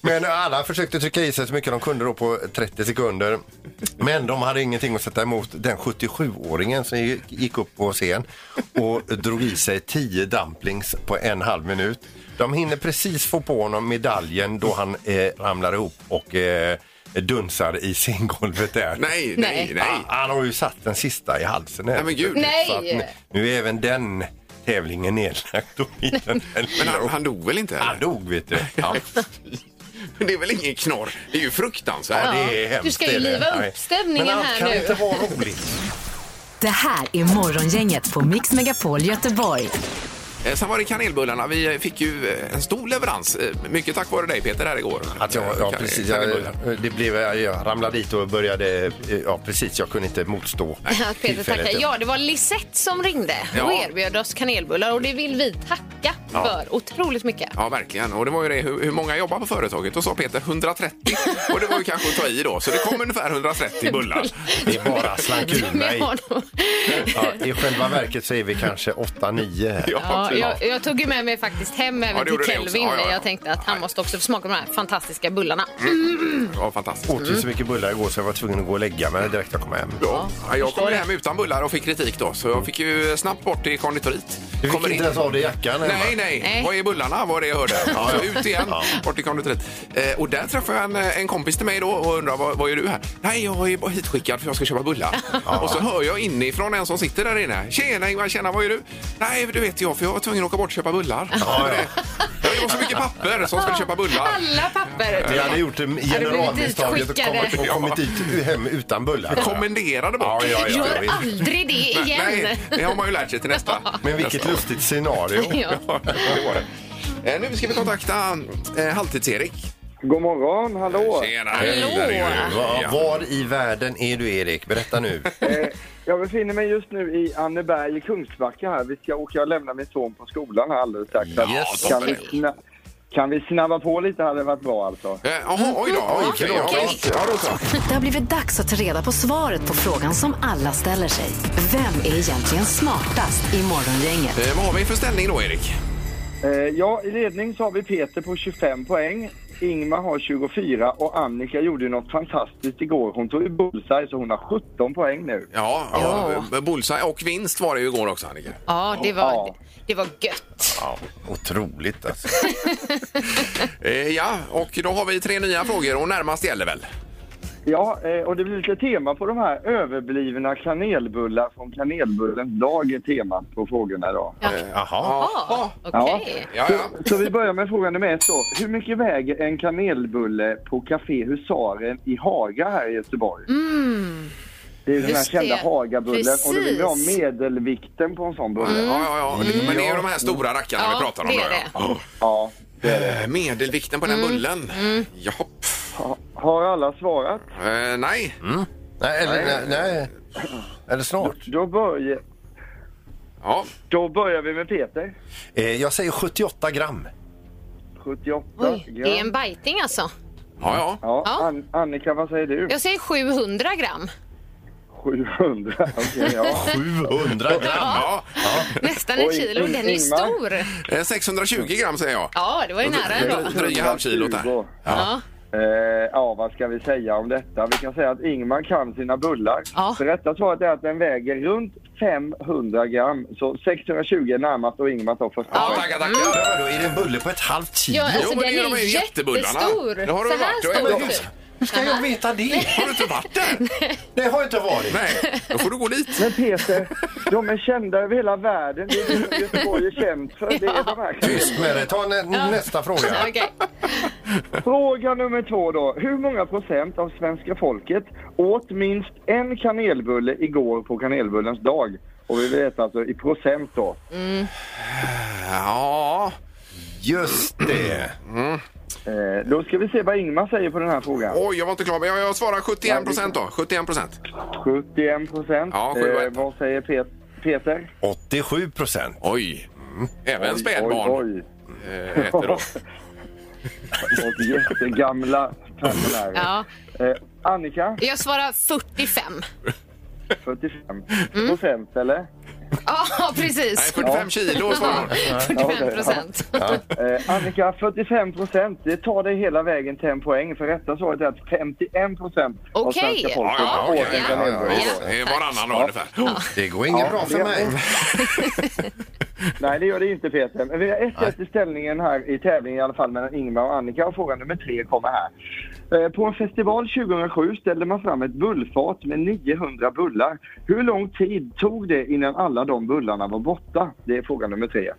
Speaker 4: Men alla försökte trycka i sig så mycket de kunde då på 30 sekunder. Men de hade ingenting att sätta emot den 77-åringen som gick- gick upp på scen och drog i sig 10 dumplings på en halv minut. De hinner precis få på honom medaljen då han eh, ramlar ihop och eh, dunsar i sänggolvet där.
Speaker 2: Nej, nej,
Speaker 3: Nej.
Speaker 2: nej.
Speaker 4: Ah, han har ju satt den sista i halsen. här.
Speaker 2: Nej, men gud.
Speaker 3: Nej.
Speaker 4: Så att nu- nu är även den tävlingen nedlagd. Och den,
Speaker 2: Men han, han dog väl inte?
Speaker 4: han
Speaker 2: eller?
Speaker 4: dog, vet du. Ja.
Speaker 2: Det är väl ingen knorr? Det är ju fruktansvärt.
Speaker 4: Ja, det är hemskt.
Speaker 3: Du ska ju
Speaker 4: det är det.
Speaker 3: liva upp
Speaker 4: Nej.
Speaker 3: stämningen
Speaker 4: Men allt
Speaker 3: här
Speaker 4: kan
Speaker 3: nu.
Speaker 4: inte vara roligt.
Speaker 1: Det här är Morgongänget på Mix Megapol Göteborg.
Speaker 2: Eh, Sen var det kanelbullarna. Vi fick ju eh, en stor leverans. Eh, Mycket tack vare dig Peter här igår. Eh,
Speaker 4: Att jag, ja,
Speaker 2: Kan-
Speaker 4: precis, jag,
Speaker 2: kanelbullar.
Speaker 4: det blev, jag ramlade dit och började... Ja, precis. Jag kunde inte motstå
Speaker 3: Att Peter tackar. Ja, det var Lisette som ringde och
Speaker 2: Ja.
Speaker 3: erbjöd oss kanelbullar och det vill vi tacka för otroligt mycket.
Speaker 2: Ja, verkligen. Och det var ju det, hur, hur många jobbar på företaget? Då sa Peter 130. Och det var ju kanske att ta i då. Så det kom ungefär 130 bullar.
Speaker 4: Det bara slank ur mig.
Speaker 3: Med honom.
Speaker 4: Ja, I själva verket så är vi kanske 8-9 här.
Speaker 3: Ja, jag, jag tog ju med mig faktiskt hem
Speaker 2: Ja,
Speaker 3: även
Speaker 2: det
Speaker 3: till
Speaker 2: gjorde det också.
Speaker 3: Kelvin.
Speaker 2: Ja, ja, ja. Mm.
Speaker 3: Jag tänkte att han måste också få smaka på de här fantastiska bullarna.
Speaker 2: Ja, fantastiskt.
Speaker 4: åt ju så mycket bullar igår så jag var tvungen att gå och lägga mig direkt jag kom hem.
Speaker 2: Ja, jag kom ju hem utan bullar och fick kritik då, så jag fick ju snabbt bort till konditoriet.
Speaker 4: Du fick inte ens av dig jackan hemma.
Speaker 2: Nej, nej.
Speaker 3: Nej.
Speaker 2: Var är bullarna? Var det jag hörde. Så ut igen, bort till konditoriet. Eh, och där träffade jag en, en kompis till mig då och undrade vad, vad gör du här? Nej, jag är bara hitskickad för jag ska köpa bullar. Och så hör jag inifrån en som sitter där inne. Tjena Ingvar, tjena, vad gör du? Nej, du vet jag, för jag var tvungen att åka bort och köpa bullar.
Speaker 4: Ja, ja.
Speaker 2: Det var så mycket papper som skulle köpa bullar.
Speaker 3: Alla papper!
Speaker 4: Vi hade gjort generalmisstaget och
Speaker 3: ditskickade?
Speaker 4: kommit, och kommit dit hem utan bullar.
Speaker 2: Kommenderade bort.
Speaker 4: Ja, ja, ja, ja,
Speaker 3: Gör
Speaker 4: visst.
Speaker 3: aldrig det igen!
Speaker 2: Nej, det har man ju lärt sig till nästa.
Speaker 4: Men vilket
Speaker 2: nästa.
Speaker 4: lustigt scenario.
Speaker 3: Ja.
Speaker 2: Ja, det var det. Eh, Nu ska vi kontakta eh, Halvtids-Erik.
Speaker 5: God morgon, hallå!
Speaker 2: Tjena!
Speaker 3: Hallå.
Speaker 2: Där är du.
Speaker 4: Va-
Speaker 2: Ja.
Speaker 4: Var i världen är du, Erik? Berätta nu.
Speaker 5: Eh, Jag befinner mig just nu i Anneberg i Kungsbacka här. Vi ska åka och lämna min son på skolan här alldeles strax. Så att
Speaker 2: Yes.
Speaker 5: kan, vi sna- kan vi snabba på lite hade det varit bra alltså.
Speaker 2: Eh, Jaha, oj då.
Speaker 3: Mm-hmm.
Speaker 2: Oj,
Speaker 4: Okej,
Speaker 2: förlåt.
Speaker 4: ja, ja, då så.
Speaker 1: Det har blivit dags att ta reda på svaret på frågan som alla ställer sig. Vem är egentligen smartast i Morgongänget?
Speaker 2: Eh, Vad har vi för ställning då, Erik?
Speaker 5: Eh, Ja, i ledning så har vi Peter på 25 poäng. Ingmar har 24 och Annika gjorde ju något fantastiskt igår. Hon tog ju bullseye så hon har 17 poäng nu.
Speaker 2: Ja, ja. eh, bullseye och vinst var det ju igår också, Annika.
Speaker 3: Ja, det var, det var gött.
Speaker 4: Ja, otroligt alltså.
Speaker 2: Eh, Ja, och då har vi tre nya frågor och närmast gäller väl?
Speaker 5: Ja, eh, och det blir lite tema på de här överblivna kanelbullar från kanelbullens dag är temat på frågorna idag.
Speaker 4: Jaha.
Speaker 3: Ja,
Speaker 5: Ja.
Speaker 3: okej.
Speaker 2: Ja, ja.
Speaker 5: Så vi börjar med frågan nummer ett då. Hur mycket väger en kanelbulle på Café Husaren i Haga här i Göteborg? Det är ju den här
Speaker 3: Mm. Just
Speaker 5: kända
Speaker 3: det.
Speaker 5: Hagabullen och då vill vi ha
Speaker 3: Precis. Mm.
Speaker 5: medelvikten på en sån bulle.
Speaker 2: Ja, ja, ja. Men det är ju de här stora rackarna
Speaker 3: Ja,
Speaker 2: vi pratar om.
Speaker 3: det
Speaker 2: då,
Speaker 3: är det. Mm.
Speaker 2: ja.
Speaker 5: Ja.
Speaker 2: Eh, Medelvikten på den bullen. Japp.
Speaker 5: Ha- Har alla svarat?
Speaker 2: Eh, Nej.
Speaker 4: Nej, eller, nej. nej. Eller snart.
Speaker 5: Då, börj-
Speaker 2: Ja.
Speaker 5: då börjar vi med Peter.
Speaker 4: Eh, jag säger 78 gram.
Speaker 5: 78
Speaker 3: Oj,
Speaker 5: gram.
Speaker 3: det är en biting alltså.
Speaker 2: Ja, ja.
Speaker 5: Ja,
Speaker 3: Ja.
Speaker 5: An- Annika, vad säger du?
Speaker 3: Jag säger 700 gram.
Speaker 5: 700. Okej, ja.
Speaker 4: 700 gram!
Speaker 2: Ja.
Speaker 3: Nästan ett
Speaker 5: Oj,
Speaker 3: kilo. Den är ju
Speaker 5: Ingmar.
Speaker 3: stor.
Speaker 2: Eh, 620 gram säger jag.
Speaker 3: Ja, det var ju nära ändå.
Speaker 2: Dryga halvkilot där.
Speaker 5: 120.
Speaker 3: Ja.
Speaker 5: Eh, ja, vad ska vi säga om detta? Vi kan säga att Ingmar kan sina bullar.
Speaker 3: Ja.
Speaker 5: Det rätta svaret är att den väger runt 500 gram. Så 620 är närmast och Ingmar tar första.
Speaker 2: Ja, tackar, tackar.
Speaker 4: Ja, Då är det en bulle på ett halvt kilo.
Speaker 3: Ja, alltså,
Speaker 2: men
Speaker 3: den
Speaker 2: det är de
Speaker 3: är
Speaker 2: ju jättebullarna.
Speaker 3: jättestor.
Speaker 2: Det har de
Speaker 3: Så
Speaker 2: varit.
Speaker 3: här
Speaker 2: Jag är
Speaker 3: stor
Speaker 2: glad.
Speaker 3: typ.
Speaker 4: Hur ska jag veta det?
Speaker 2: Har du inte varit där?
Speaker 4: Det har inte varit.
Speaker 2: Nej, då får du gå dit.
Speaker 5: Men Peter, de är kända över hela världen. Det är det Göteborg är känt för. Det är de här.
Speaker 4: Tyst med dig. Ta nä nästa fråga.
Speaker 3: Okej.
Speaker 5: Fråga nummer två då. Hur många procent av svenska folket åt minst en kanelbulle igår på kanelbullens dag? Och vi vet alltså i procent då.
Speaker 2: Ja,
Speaker 4: Just det.
Speaker 5: Eh, då ska vi se vad Ingmar säger på den här frågan.
Speaker 2: oj, jag var inte klar. Men jag, jag svarar 71 procent då. 71 procent.
Speaker 5: 71 procent. Eh,
Speaker 2: Ja, sju och ett.
Speaker 5: vad säger Pet- Peter?
Speaker 4: 87 procent.
Speaker 2: Oj! Mm. Även
Speaker 5: Oj,
Speaker 2: spädbarn
Speaker 5: oj.
Speaker 2: eh, äter då.
Speaker 5: Och jättegamla pensionärer.
Speaker 3: Ja.
Speaker 5: Eh, Annika,
Speaker 3: Jag svarar 45.
Speaker 5: 45 procent eller?
Speaker 3: Ja,
Speaker 2: Nej,
Speaker 3: precis.
Speaker 2: 45 kilo svarar hon.
Speaker 3: 45 procent.
Speaker 5: Eh, Annika, 45 procent. Det tar dig hela vägen till en poäng. För rätta svaret är att 51 procent av
Speaker 3: Okej.
Speaker 5: svenska
Speaker 2: Ja,
Speaker 5: folket åt
Speaker 2: ja, ja,
Speaker 5: en
Speaker 2: ja, ja,
Speaker 5: kanelbulle.
Speaker 2: ja, visst. Det är varannan dag ungefär.
Speaker 4: Det går inget
Speaker 5: Ja,
Speaker 4: bra för
Speaker 5: det-
Speaker 4: mig.
Speaker 5: Nej, det gör det inte Peter. Men vi har 1-1 i ställningen här i tävlingen i alla fall mellan Ingmar och Annika och fråga nummer tre kommer här. Eh, På en festival 2007 ställde man fram ett bullfat med 900 bullar. Hur lång tid tog det innan alla de bullarna var borta? Det är fråga nummer tre.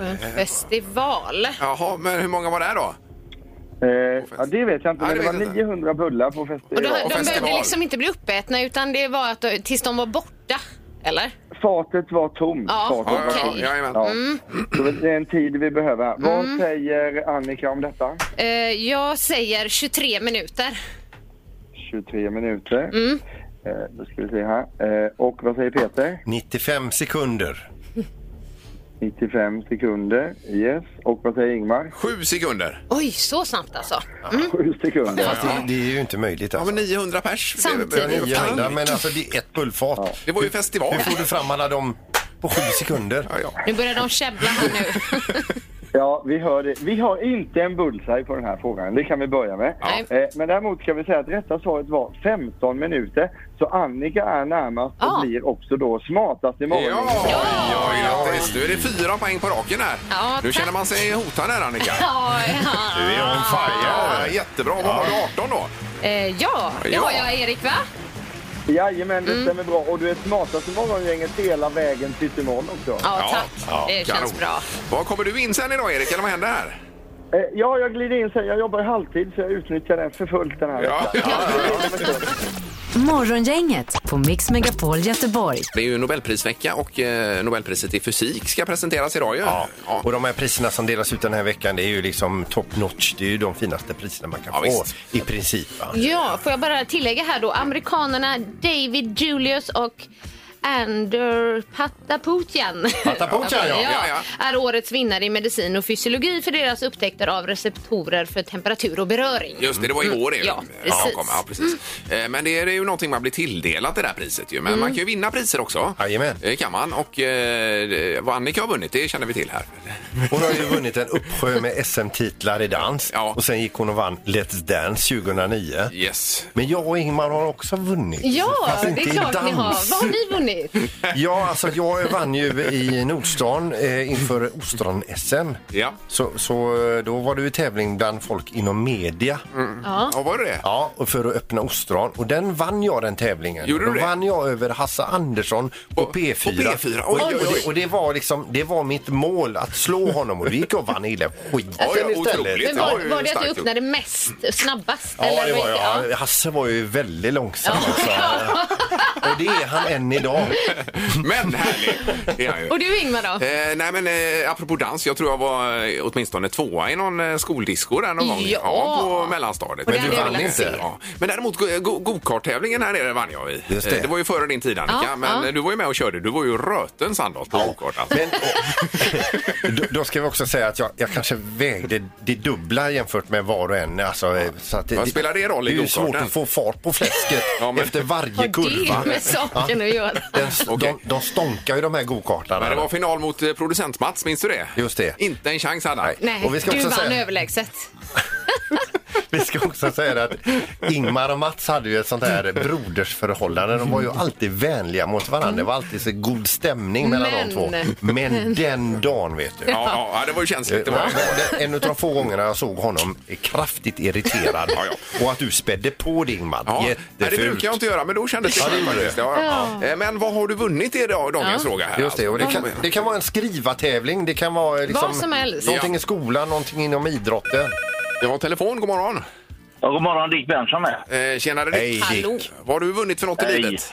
Speaker 3: En festival.
Speaker 2: Jaha, men hur många var det här då?
Speaker 5: Eh, ja, det vet jag inte,
Speaker 2: Nej,
Speaker 5: men det
Speaker 2: det vet jag
Speaker 5: var
Speaker 2: inte.
Speaker 5: 900 bullar på
Speaker 3: Och då,
Speaker 5: festival.
Speaker 3: de behövde
Speaker 2: festival.
Speaker 3: liksom inte bli uppätna utan det var att de, tills de var borta. Eller?
Speaker 5: Fatet var tomt.
Speaker 3: Ja,
Speaker 5: Fatet
Speaker 2: Ja,
Speaker 5: var
Speaker 2: ja,
Speaker 3: Okej.
Speaker 2: ja,
Speaker 5: tomt.
Speaker 2: jajamän.
Speaker 5: Ja. Så det är en tid vi behöver. här. Vad säger Annika om detta?
Speaker 3: Eh, jag säger 23 minuter.
Speaker 5: 23 minuter. Eh, då ska vi se här. Eh, och vad säger Peter?
Speaker 4: 95 sekunder.
Speaker 5: 95 sekunder. Yes. Och vad säger Ingmar?
Speaker 2: Sju sekunder.
Speaker 3: Oj, så snabbt alltså.
Speaker 5: 7 sekunder.
Speaker 4: Fast det, det är ju inte möjligt.
Speaker 2: Ja, men
Speaker 4: Alltså.
Speaker 2: 900 pers. Det-
Speaker 3: Samtidigt.
Speaker 2: det- det-
Speaker 4: 900, men alltså det är ett bullfat.
Speaker 2: Det var ju
Speaker 4: Hur
Speaker 2: festival.
Speaker 4: får du fram alla dem på sju sekunder?
Speaker 2: Ja, ja.
Speaker 3: Nu börjar de käbbla här nu.
Speaker 5: Ja, vi hör det. Vi har inte en bullseye på den här frågan. Det kan vi börja med.
Speaker 3: Ja.
Speaker 5: Eh, men däremot ska vi säga att rätta svaret var 15 minuter. Så Annika är närmast och
Speaker 3: Ah.
Speaker 5: blir också då smartast imorgon.
Speaker 2: Ja, ja, grattis. Nu är det fyra poäng på raken här.
Speaker 3: Ja,
Speaker 2: nu
Speaker 3: tack.
Speaker 2: känner man sig hotad här, Annika.
Speaker 3: Ja,
Speaker 4: Du är on
Speaker 2: Ja,
Speaker 4: fire.
Speaker 2: jättebra. Vad har du, 18 då?
Speaker 3: Eh, ja, det
Speaker 2: Ja.
Speaker 3: har jag Erik va?
Speaker 5: Jajamän, det stämmer bra. Och du är smartast i morgongänget hela vägen tills imorgon också.
Speaker 3: Ja,
Speaker 2: Ja,
Speaker 3: tack. det känns
Speaker 2: kanon.
Speaker 3: bra.
Speaker 2: Var kommer du in sen idag, Erik? Eller vad händer här?
Speaker 5: Eh, ja, jag glider in sen. Jag jobbar halvtid så jag utnyttjar den för fullt den här veckan.
Speaker 2: Ja.
Speaker 1: Morgongänget på Mix Megapol Göteborg.
Speaker 2: Det är ju Nobelprisvecka och eh, Nobelpriset i fysik ska presenteras idag ju.
Speaker 4: Ja. Och de här priserna som delas ut den här veckan det är ju liksom top notch. Det är ju de finaste priserna man kan
Speaker 2: Ja,
Speaker 4: få
Speaker 2: visst.
Speaker 4: i princip. Va?
Speaker 3: Ja, får jag bara tillägga här då. Amerikanerna David Julius och Ander Pataputian.
Speaker 4: Pataputian, ja.
Speaker 2: Ja, ja.
Speaker 3: Är årets vinnare i medicin och fysiologi för deras upptäckter av receptorer för temperatur och beröring.
Speaker 2: Just det, det var igår det. ju.
Speaker 3: Mm. Ja,
Speaker 2: Eh,
Speaker 3: precis.
Speaker 2: kom, ja, precis. Eh, Men det är ju någonting man blir tilldelat det där priset ju. Men
Speaker 3: Mm.
Speaker 2: man kan ju vinna priser också.
Speaker 4: Jajamän.
Speaker 2: Det kan man. Och eh, det- vad Annika har vunnit, det känner vi till här.
Speaker 4: Hon har ju vunnit en uppsjö med SM-titlar i dans
Speaker 2: Ja.
Speaker 4: och sen gick hon och vann Let's Dance 2009.
Speaker 2: Yes.
Speaker 4: Men jag och Ingmar har också vunnit.
Speaker 3: Ja,
Speaker 4: Fast
Speaker 3: det
Speaker 4: inte
Speaker 3: är
Speaker 4: i
Speaker 3: klart ni har.
Speaker 4: dans.
Speaker 3: Vad har ni vunnit?
Speaker 4: Ja, alltså jag vann ju i Nordstan eh, inför Ostron-SM.
Speaker 2: Ja.
Speaker 4: Så, så eh, då var det ju tävling bland folk inom media.
Speaker 2: Ja, var det det?
Speaker 4: Ja, och för att öppna ostron. Och den vann jag den tävlingen.
Speaker 2: Gjorde du
Speaker 4: Då
Speaker 2: det?
Speaker 4: vann jag över Hasse Andersson på
Speaker 2: Och-
Speaker 4: P4.
Speaker 2: på P4.
Speaker 4: Och,
Speaker 2: Oj,
Speaker 4: och,
Speaker 2: oj, oj.
Speaker 4: det, och det var liksom, det var mitt mål att slå honom och då gick jag och vann hela skiten
Speaker 2: Oj,
Speaker 4: istället.
Speaker 2: otroligt.
Speaker 3: Men
Speaker 2: Ja,
Speaker 3: var,
Speaker 2: det är
Speaker 3: var det att du
Speaker 2: starkt.
Speaker 3: öppnade mest, snabbast?
Speaker 4: Ja,
Speaker 3: eller
Speaker 4: det
Speaker 3: vad
Speaker 4: var
Speaker 3: heter- ja.
Speaker 4: jag. Hasse var ju väldigt långsam. Alltså. Och det är han än idag.
Speaker 2: Men härligt! Det är han ju.
Speaker 3: Och du Ingmar då?
Speaker 2: Eh, nej men eh, apropå dans, jag tror jag var eh, åtminstone tvåa i någon eh, skoldisco där någon gång.
Speaker 3: Ja.
Speaker 2: på mellanstadiet.
Speaker 3: Och det Men du hade jag vann velat
Speaker 4: inte. se.
Speaker 2: Ja. Men däremot go- eh, go- gokarttävlingen här nere vann jag i.
Speaker 4: Just det.
Speaker 2: Eh, det var ju före din tid Annika,
Speaker 3: Ja,
Speaker 2: men
Speaker 3: ja.
Speaker 2: eh, du var ju med och körde. Du var ju röten Sandholt på gokart. Alltså.
Speaker 4: Men, då, då ska vi också säga att jag, jag kanske vägde det dubbla jämfört med var och en. Alltså, eh, så att
Speaker 2: Vad spelar det roll i
Speaker 4: Det är ju
Speaker 2: gokarten?
Speaker 4: svårt att få fart på fläsket
Speaker 2: Ja, men-
Speaker 4: efter
Speaker 3: Har
Speaker 4: varje kurva.
Speaker 3: det med saken att göra?
Speaker 4: Den,
Speaker 2: Okej.
Speaker 4: de, de stånkar ju de här gokartarna.
Speaker 2: Men det var final mot eh, producent-Mats, minns du det?
Speaker 4: Just det.
Speaker 2: Inte en chans hade han.
Speaker 3: Nej,
Speaker 4: Och vi ska
Speaker 3: du
Speaker 4: också
Speaker 3: vann
Speaker 4: säga-
Speaker 3: överlägset.
Speaker 4: Vi ska också säga det att Ingmar och Mats hade ju ett sånt här brodersförhållande. De var ju alltid vänliga mot varandra. Det var alltid så god stämning mellan de två. Men den dagen vet du.
Speaker 2: Ja, ja, ja, det var ju känsligt. Det
Speaker 4: Det
Speaker 2: var.
Speaker 4: var en av de få gångerna jag såg honom kraftigt irriterad.
Speaker 2: Ja, ja.
Speaker 4: Och att du spädde på det Ingmar.
Speaker 2: Ja. Nej, det
Speaker 4: Jättefult.
Speaker 2: brukar jag inte göra, men då kändes det
Speaker 4: Ja, det
Speaker 2: skönt
Speaker 4: gjorde
Speaker 2: faktiskt. Ja, ja. Eh, Men vad har du vunnit i dag- dagens fråga? Här, alltså?
Speaker 4: Just det, och det, kan, det kan vara en skrivartävling, det kan vara liksom
Speaker 3: Vad som helst.
Speaker 4: någonting
Speaker 2: Ja.
Speaker 4: i skolan, någonting inom idrotten.
Speaker 2: Jag har telefon, god morgon.
Speaker 7: Ja, god morgon, Dick Benson här.
Speaker 2: Eh, tjenare Dick.
Speaker 4: Hej
Speaker 3: Hallå.
Speaker 4: Dick!
Speaker 2: Vad har du vunnit för något i
Speaker 7: Hej.
Speaker 2: livet?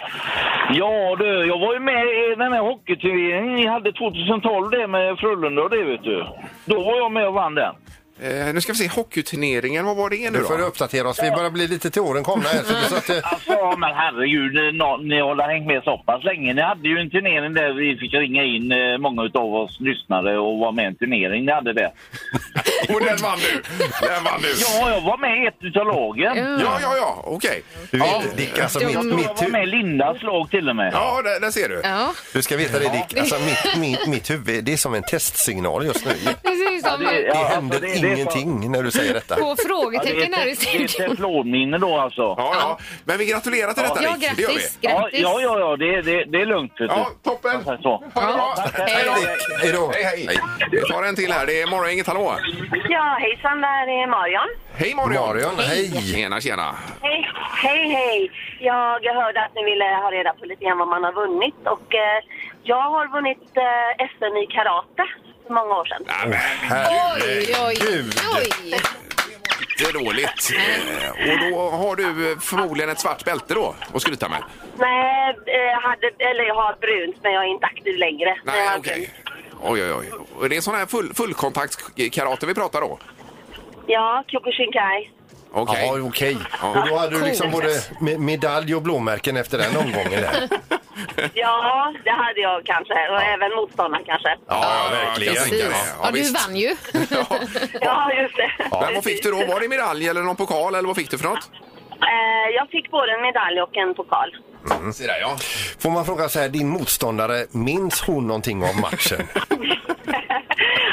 Speaker 7: Ja du, jag var ju med i den här hockeyturneringen ni hade 2012 det med Frölunda och det vet du. Då var jag med och vann den.
Speaker 2: Eh, nu ska vi se, hockeyturneringen, vad var det nu
Speaker 4: Nu får du
Speaker 2: då?
Speaker 4: uppdatera oss. Vi börjar bli lite till åren komna här. Så det- så att, eh,
Speaker 5: Alltså, men herregud, ni, nå- ni har hängt med så pass länge. Ni hade ju en turnering där vi fick ringa in eh, många av oss lyssnare och vara med i en turnering ni hade där.
Speaker 2: Och den vann du! Den vann du!
Speaker 5: Ja, jag var med i ett utav lagen.
Speaker 2: Ja, ja, ja, okej.
Speaker 4: du
Speaker 2: Ja,
Speaker 4: vet, Dick, alltså
Speaker 3: de-
Speaker 4: mitt,
Speaker 5: Jag
Speaker 4: mitt,
Speaker 5: var
Speaker 4: hu-
Speaker 5: med i Lindas lag till och med.
Speaker 2: ja där, där ser du.
Speaker 3: Ja,
Speaker 4: du ska veta det Dick, alltså mitt, mitt, mitt huvud det är som en testsignal just nu.
Speaker 3: precis som
Speaker 5: det-
Speaker 4: Det
Speaker 5: Ja,
Speaker 4: händer
Speaker 5: alltså, det- det är så-
Speaker 4: ingenting när du säger detta.
Speaker 3: på
Speaker 5: Ja, det är
Speaker 3: frågetecken
Speaker 5: ett-
Speaker 3: här i
Speaker 5: det är ett
Speaker 3: studion.
Speaker 5: teflonminne då alltså.
Speaker 2: Ja, ja. Men vi gratulerar till detta,
Speaker 3: Ja,
Speaker 2: Dick. Det gör vi.
Speaker 3: grattis,
Speaker 5: Ja,
Speaker 3: grattis.
Speaker 5: ja, ja, ja det, det, det är lugnt. Vet du.
Speaker 2: Ja, toppen! Ha det
Speaker 5: Så.
Speaker 2: bra!
Speaker 3: Hej då.
Speaker 4: Hej då.
Speaker 2: Hej, hej! Vi tar en till här. Det är Morgongänget, hallå!
Speaker 6: Ja, hejsan, där är Marion.
Speaker 2: Hej Marion!
Speaker 4: Marion, hej!
Speaker 2: Tjena, tjena!
Speaker 6: Hej, hej, hej. Jag hörde att ni ville ha reda på lite grann vad man har vunnit och eh, jag har vunnit eh, SM i karate för många år sedan.
Speaker 2: Nej, men
Speaker 3: Oj, oj, oj.
Speaker 2: det är dåligt. Eh, Och då har du eh, förmodligen ett svart bälte då att skryta med.
Speaker 6: Nej, eh, hade, eller jag har brunt men jag är inte aktiv längre. Men jag
Speaker 2: Nej,
Speaker 6: har
Speaker 2: okej.
Speaker 6: brunt.
Speaker 2: Oj, oj, oj. Och Det är sån här full, fullkontaktskarate vi pratar då?
Speaker 6: Ja, Kyokushinkai.
Speaker 2: Okej.
Speaker 4: Ja, okej.
Speaker 2: Ja.
Speaker 4: Och då hade du liksom både me- medalj och blåmärken efter den omgången där.
Speaker 6: Ja, det hade jag kanske och även motståndaren kanske.
Speaker 4: Ja,
Speaker 2: jag kan
Speaker 4: verkligen.
Speaker 2: tänka
Speaker 3: Precis.
Speaker 2: mig.
Speaker 3: Ja, du
Speaker 2: visst.
Speaker 3: vann ju.
Speaker 2: Ja.
Speaker 6: Ja, just det.
Speaker 2: Men vad fick du då? Var det medalj eller någon pokal eller vad fick du för något?
Speaker 6: Eh, jag fick både en medalj och en pokal.
Speaker 4: Mm.
Speaker 2: Se där ja.
Speaker 4: Får man fråga så här, din motståndare, minns hon någonting av matchen?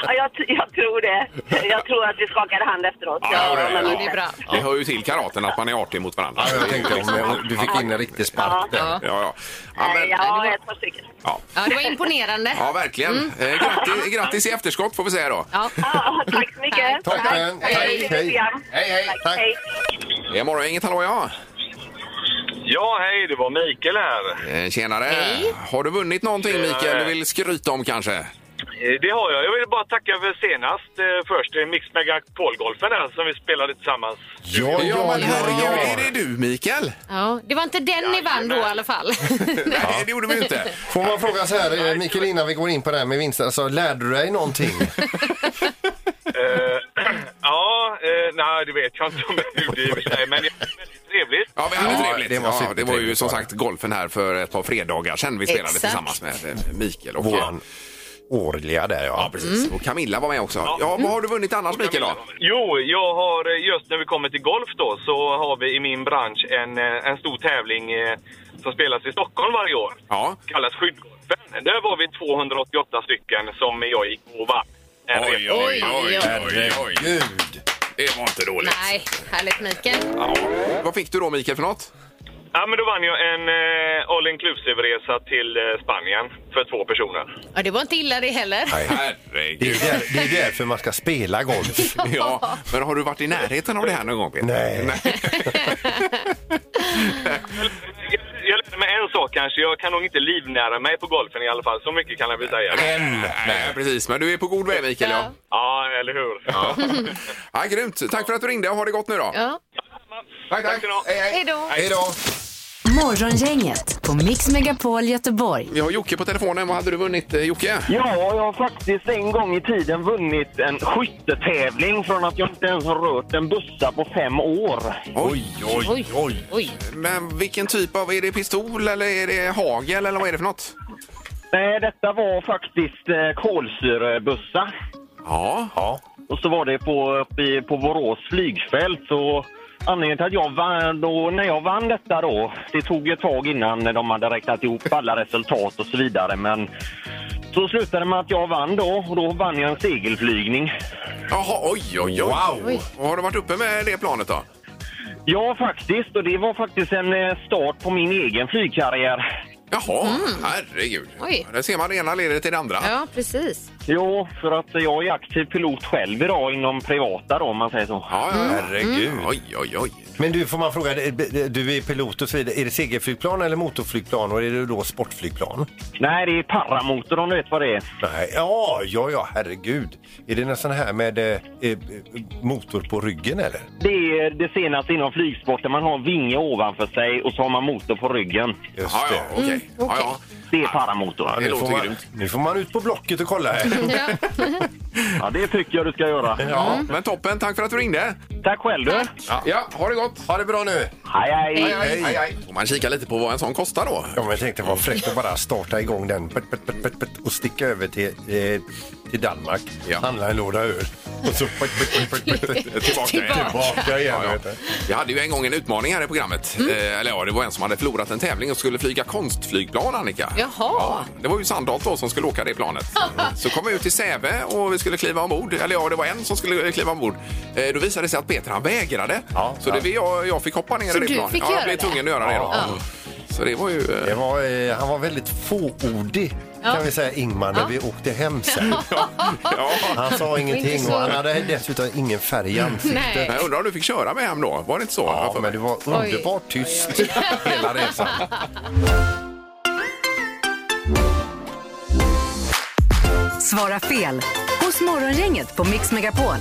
Speaker 6: ja, jag, t- jag tror det. Jag tror att vi skakade hand efteråt.
Speaker 2: Ja, ja, ja, ja.
Speaker 6: men-
Speaker 3: Ja, det är bra.
Speaker 2: Det hör ju till karaten att man är artig mot varandra.
Speaker 4: Ja, jag tänkte om du fick in en riktig spark där.
Speaker 2: Ja, ja. Ja,
Speaker 6: Eh,
Speaker 2: men,
Speaker 6: Ja, ett par stycken.
Speaker 2: ja.
Speaker 3: Ja, det var imponerande.
Speaker 2: ja verkligen. Eh, grattis, grattis i efterskott får vi säga då.
Speaker 3: Ja.
Speaker 6: Ja, tack så mycket.
Speaker 4: Tack, men. Tack,
Speaker 6: Hej,
Speaker 4: hej.
Speaker 6: hej.
Speaker 4: Hej, hej. Tack.
Speaker 6: hej.
Speaker 2: Det är morgongänget, hallå ja.
Speaker 5: Ja, hej, det var Mikael här.
Speaker 2: Eh, Tjenare. Har du vunnit någonting Mikael du vill skryta om kanske?
Speaker 5: Eh, Det har jag. Jag vill bara tacka för senast. eh, Först eh, Mix Megapol-golfen där som vi spelade tillsammans.
Speaker 4: Ja, ja, ja,
Speaker 2: herregud,
Speaker 4: ja.
Speaker 2: är det du Mikael?
Speaker 3: Ja, det var inte den ni vann då i alla fall.
Speaker 2: Nej, det gjorde vi ju inte.
Speaker 4: Får man fråga så här, eh, Mikael, innan vi går in på det här med vinster, alltså lärde du dig någonting?
Speaker 5: Eh, ja, eh, nej, det vet jag inte om jag gjorde i och för sig, men det var väldigt trevligt.
Speaker 2: Ja, vi hade
Speaker 4: Ja,
Speaker 2: trevligt.
Speaker 4: det var
Speaker 2: ja, det var ju
Speaker 4: supertrevligt
Speaker 2: som
Speaker 4: var det.
Speaker 2: sagt golfen här för ett par fredagar sedan vi spelade
Speaker 3: Exakt.
Speaker 2: tillsammans med eh, Mikael och
Speaker 4: Våran årliga där,
Speaker 2: Ja,
Speaker 4: ja.
Speaker 2: precis. Och Camilla var med också. Ja, vad har du vunnit annars Mikael då?
Speaker 5: Jo, jag har eh, just när vi kommer till golf då så har vi i min bransch en, eh, en stor tävling eh, som spelas i Stockholm varje år.
Speaker 2: Ja.
Speaker 5: Kallas Skyddgolfen. Där var vi 288 stycken som jag gick och vann. En resa.
Speaker 3: oj, oj,
Speaker 4: Herregud!
Speaker 2: Det var inte dåligt.
Speaker 3: Nej, härligt Mikael.
Speaker 2: Ja. Vad fick du då Mikael för något?
Speaker 5: Ja, men då vann jag en eh, all inclusive-resa till eh, Spanien för två personer.
Speaker 3: Ja, det var inte illa det heller.
Speaker 4: Det
Speaker 2: Herregud.
Speaker 4: är, där, det är därför man ska spela golf.
Speaker 2: Ja, men har du varit i närheten av det här någon gång Peter?
Speaker 4: Nej.
Speaker 5: Jag, jag lärde mig en sak kanske. Jag kan nog inte livnära mig på golfen i alla fall. Så mycket kan jag väl säga.
Speaker 4: Än!
Speaker 2: Nej, precis. Men du är på god väg Mikael. Ja.
Speaker 5: Ja, eller hur?
Speaker 2: Ja. ja, grymt. Tack för att du ringde och ha det gott nu då.
Speaker 3: Ja.
Speaker 2: Tack, tack.
Speaker 5: ska ni ha.
Speaker 2: Hej, hej.
Speaker 3: Hej då.
Speaker 4: Hej då!
Speaker 1: Morgongänget på Mix Megapol Göteborg.
Speaker 2: Vi har Jocke på telefonen. Vad hade du vunnit eh, Jocke?
Speaker 5: Ja, jag har faktiskt en gång i tiden vunnit en skyttetävling från att jag inte ens har rört en bussa på fem år.
Speaker 2: Oj, oj.
Speaker 3: Oj, oj, oj.
Speaker 2: Men vilken typ av, är det pistol eller är det hagel eller vad är det för något?
Speaker 5: Nej, detta var faktiskt eh, kolsyrebussa.
Speaker 2: Ja,
Speaker 4: Ja.
Speaker 5: Och så var det på, uppe i, på Borås flygfält. Så anledningen till att jag vann, då, när jag vann detta då, det tog ett tag innan de hade räknat ihop alla resultat och så vidare. Men så slutade det med att jag vann då och då vann jag en segelflygning.
Speaker 2: jaha, oj, oj, oj.
Speaker 4: Wow!
Speaker 2: Och har du varit uppe med det planet då?
Speaker 5: Ja, faktiskt. Och det var faktiskt en eh, start på min egen flygkarriär.
Speaker 2: Jaha, herregud.
Speaker 3: Mm. Oj.
Speaker 2: Där ser man det ena leder till det andra.
Speaker 3: Ja, precis.
Speaker 5: Jo, för att jag är aktiv pilot själv idag inom privata då, om man säger så.
Speaker 2: Ja, ja,
Speaker 3: Mm.
Speaker 2: ja.
Speaker 4: Herregud.
Speaker 2: Oj, oj, oj.
Speaker 4: Men du, får man fråga, du är pilot och så vidare. Är det segelflygplan eller motorflygplan och är det då sportflygplan?
Speaker 5: Nej, det är paramotor om du vet vad det är.
Speaker 4: Nej, ja, ja, ja, herregud. Är det nästan här med eh, eh, motor på ryggen eller?
Speaker 5: Det är det senaste inom flygsporten. Man har en vinge ovanför sig och så har man motor på ryggen.
Speaker 4: Just
Speaker 2: Ja, ja,
Speaker 4: det.
Speaker 3: Mm,
Speaker 2: okej. Ja, ja.
Speaker 5: Det är paramotor.
Speaker 4: Ja,
Speaker 2: Det
Speaker 4: nu,
Speaker 2: låter
Speaker 4: får man,
Speaker 2: grymt.
Speaker 4: nu får man ut på Blocket och kolla här.
Speaker 3: Ja.
Speaker 8: Ja, det tycker jag du ska göra.
Speaker 2: Ja, men toppen. Tack för att du ringde.
Speaker 8: Tack själv du.
Speaker 2: Ja, ja ha det gott.
Speaker 4: Ha det bra nu.
Speaker 8: Hej, hej.
Speaker 2: Hej, hej, hej, hej. Får man kika lite på vad en sån kostar då?
Speaker 4: Ja, men jag tänkte vad fräckt att bara starta igång den pet, pet, pet, pet, pet, och sticka över till, eh, till Danmark,
Speaker 2: Ja.
Speaker 4: handla en låda öl och så pet, pet, pet, pet, pet, pet,
Speaker 2: Tillbaka.
Speaker 4: tillbaka igen.
Speaker 2: Ja,
Speaker 4: vet
Speaker 2: ja.
Speaker 4: du.
Speaker 2: Vi hade ju en gång en utmaning här i programmet.
Speaker 3: Mm.
Speaker 2: Eh, eller ja, det var en som hade förlorat en tävling och skulle flyga konstflygplan, Annika.
Speaker 3: Jaha.
Speaker 2: Ja, det var ju Sandholt då som skulle åka det planet. Så kom vi ut till Säve och vi skulle kliva ombord. Eller ja, det var en som skulle kliva ombord. Eh, då visade det sig att Peter han vägrade.
Speaker 4: Ja,
Speaker 2: så
Speaker 4: ja.
Speaker 2: det var jag, jag fick hoppa ner
Speaker 3: Så
Speaker 2: i det
Speaker 3: du
Speaker 2: planet.
Speaker 3: fick
Speaker 2: ja, jag
Speaker 3: göra
Speaker 2: blev
Speaker 3: det?
Speaker 2: tvungen att göra det då. Mm. Så det var ju... eh,
Speaker 4: Det var, eh, han var väldigt fåordig
Speaker 3: Ja.
Speaker 4: kan vi säga Ingmar när vi åkte hem sen.
Speaker 2: ja.
Speaker 4: Han sa ingenting
Speaker 3: så. Mm.
Speaker 4: och han hade dessutom ingen färg i ansiktet.
Speaker 3: Nej.
Speaker 2: Men Jag undrar om du fick köra med hem då? Var det inte så? Jag
Speaker 4: Ja,
Speaker 2: får-
Speaker 4: men det var underbart tyst hela resan.
Speaker 1: Svara fel hos Morgongänget på Mix Megapol.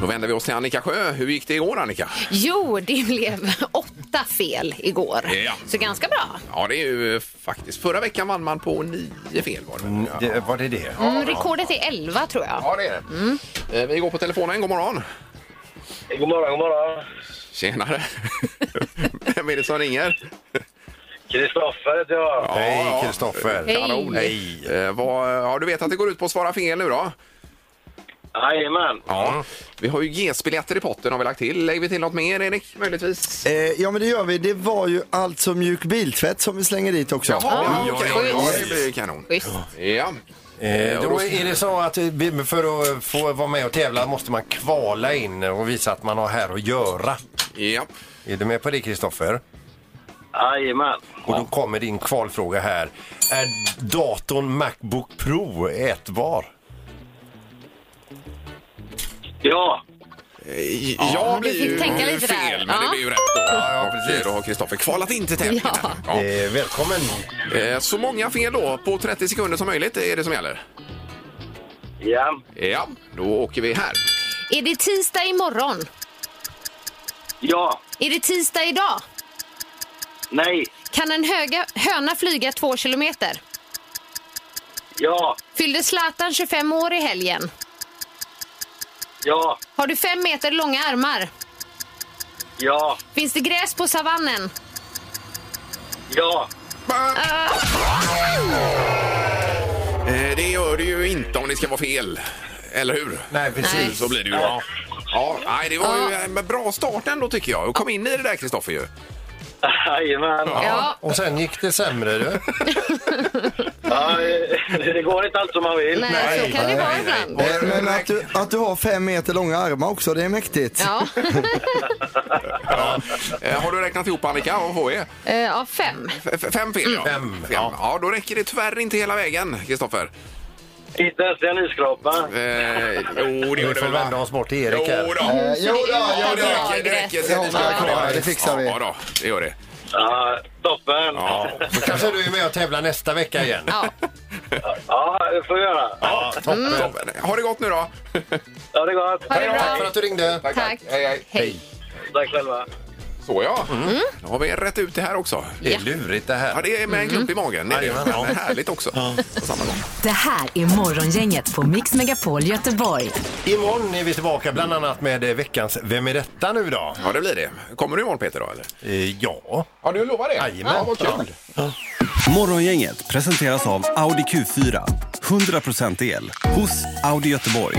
Speaker 2: Då vänder vi oss till Annika Sjö. Hur gick det igår Annika?
Speaker 3: Jo, det blev åtta fel igår.
Speaker 2: Ja.
Speaker 3: Så ganska bra.
Speaker 2: Ja, det är ju eh, faktiskt... Förra veckan vann man på nio fel var det väl?
Speaker 4: Mm, Det, var det det?
Speaker 3: Mm, rekordet är elva tror jag.
Speaker 2: Ja, det är det. Eh, Vi går på telefonen. God morgon!
Speaker 8: God morgon, god morgon.
Speaker 2: Tjenare! Vem är det som ringer?
Speaker 8: Kristoffer heter jag.
Speaker 4: Hej
Speaker 2: ja.
Speaker 4: Kristoffer!
Speaker 3: Hej.
Speaker 2: Kanon.
Speaker 4: Hej.
Speaker 2: Eh, vad, ja, du vet att det går ut på att svara fel nu då?
Speaker 8: Jajamän.
Speaker 2: Ja. Vi har ju GES-biljetter i potten har vi lagt till. Lägger vi till något mer Erik, möjligtvis?
Speaker 9: Eh, ja men det gör vi. Det var ju alltså mjuk biltvätt som vi slänger dit också.
Speaker 2: ja,
Speaker 3: oj,
Speaker 2: okej.
Speaker 3: oj, oj.
Speaker 2: ja, det blir ju kanon.
Speaker 3: Schysst.
Speaker 2: Ja.
Speaker 4: Eh, Då är det så att vi- för att få vara med och tävla måste man kvala in och visa att man har här att göra.
Speaker 2: ja.
Speaker 4: Är du med på det Kristoffer?
Speaker 8: Jajamän.
Speaker 4: Och då kommer din kvalfråga här. Är datorn Macbook Pro ätbar?
Speaker 8: Ja.
Speaker 2: Eh, Jag blir
Speaker 3: du
Speaker 2: ju
Speaker 3: fick tänka lite där.
Speaker 2: fel, men det
Speaker 3: Ja.
Speaker 2: blir ju rätt då.
Speaker 4: ja,
Speaker 2: Och
Speaker 4: precis.
Speaker 2: då har Kristoffer kvalat in till tävlingen.
Speaker 3: Ja.
Speaker 2: Ja.
Speaker 4: Eh, välkommen!
Speaker 2: Eh, Så många fel då, på 30 sekunder som möjligt är det som gäller.
Speaker 8: Ja.
Speaker 2: Ja, då åker vi här.
Speaker 3: Är det tisdag imorgon?
Speaker 8: Ja.
Speaker 3: Är det tisdag idag?
Speaker 8: Nej.
Speaker 3: Kan en höga, höna flyga två kilometer?
Speaker 8: Ja.
Speaker 3: Fyllde Zlatan 25 år i helgen?
Speaker 8: Ja.
Speaker 3: Har du fem meter långa armar?
Speaker 8: Ja.
Speaker 3: Finns det gräs på savannen?
Speaker 8: Ja.
Speaker 2: Eh, Det gör det ju inte om det ska vara fel. Eller hur?
Speaker 4: Nej, precis.
Speaker 2: Så blir det ju. Ja. Ja, nej, det var ju en bra start ändå tycker jag. Och kom in i det där Kristoffer ju.
Speaker 8: Jajamän.
Speaker 3: Ja.
Speaker 4: Och sen gick det sämre du.
Speaker 8: Ja, eh, det det går inte allt som man vill.
Speaker 3: Nej, så kan det vara ibland.
Speaker 9: Eh, Men att du, att du har fem meter långa armar också, det är mäktigt.
Speaker 3: Ja.
Speaker 2: Eh, Har du räknat ihop Annika och HE?
Speaker 3: Eh, ja, fem.
Speaker 2: F- Fem fel ja.
Speaker 4: Fem,
Speaker 2: ja. Ja, då räcker det tyvärr inte hela vägen Kristoffer.
Speaker 8: Inte ens en nyskrapa.
Speaker 2: Eh, jo, det
Speaker 4: Vi
Speaker 2: gör det
Speaker 4: får
Speaker 2: väl
Speaker 4: vända
Speaker 2: va?
Speaker 4: oss bort till
Speaker 2: Jo
Speaker 4: Erik här.
Speaker 2: då.
Speaker 9: Eh, jo då,
Speaker 2: Ja,
Speaker 9: jo
Speaker 2: det
Speaker 9: då.
Speaker 2: räcker. Det räcker.
Speaker 9: Ja,
Speaker 2: Det ska
Speaker 9: ja,
Speaker 2: vara.
Speaker 9: det fixar vi.
Speaker 2: Ja, då, det gör det.
Speaker 8: Ja, toppen.
Speaker 2: Ja.
Speaker 4: Så kanske du är med och tävlar nästa vecka igen.
Speaker 3: Ja.
Speaker 8: Ja, det får jag göra.
Speaker 4: Ja, toppen.
Speaker 2: Toppen. Ha det gott nu då.
Speaker 8: Ja, det är gott.
Speaker 3: Ha det
Speaker 4: Tack för
Speaker 3: bra.
Speaker 4: att du ringde.
Speaker 3: Tack.
Speaker 2: Hej, hej. Mm.
Speaker 3: Hej.
Speaker 8: Tack själva.
Speaker 2: Så ja. Då har vi rätt ut det här också.
Speaker 4: Det är lurigt det
Speaker 2: Ja,
Speaker 4: här.
Speaker 2: det är med en klump i magen. Det är det.
Speaker 4: Jajamän,
Speaker 2: Men härligt också. På samma gång.
Speaker 1: Det här är Morgongänget på Mix Megapol Göteborg.
Speaker 4: Imorgon är vi tillbaka bland annat med eh, veckans Vem är detta nu då?
Speaker 2: Ja, det blir det. Kommer du imorgon Peter då eller?
Speaker 4: Eh, Ja.
Speaker 2: Ja, du lovar det?
Speaker 4: Jajamän.
Speaker 2: Ja, vad kul.
Speaker 10: Morgongänget presenteras av Audi Q4. 100% el hos Audi Göteborg.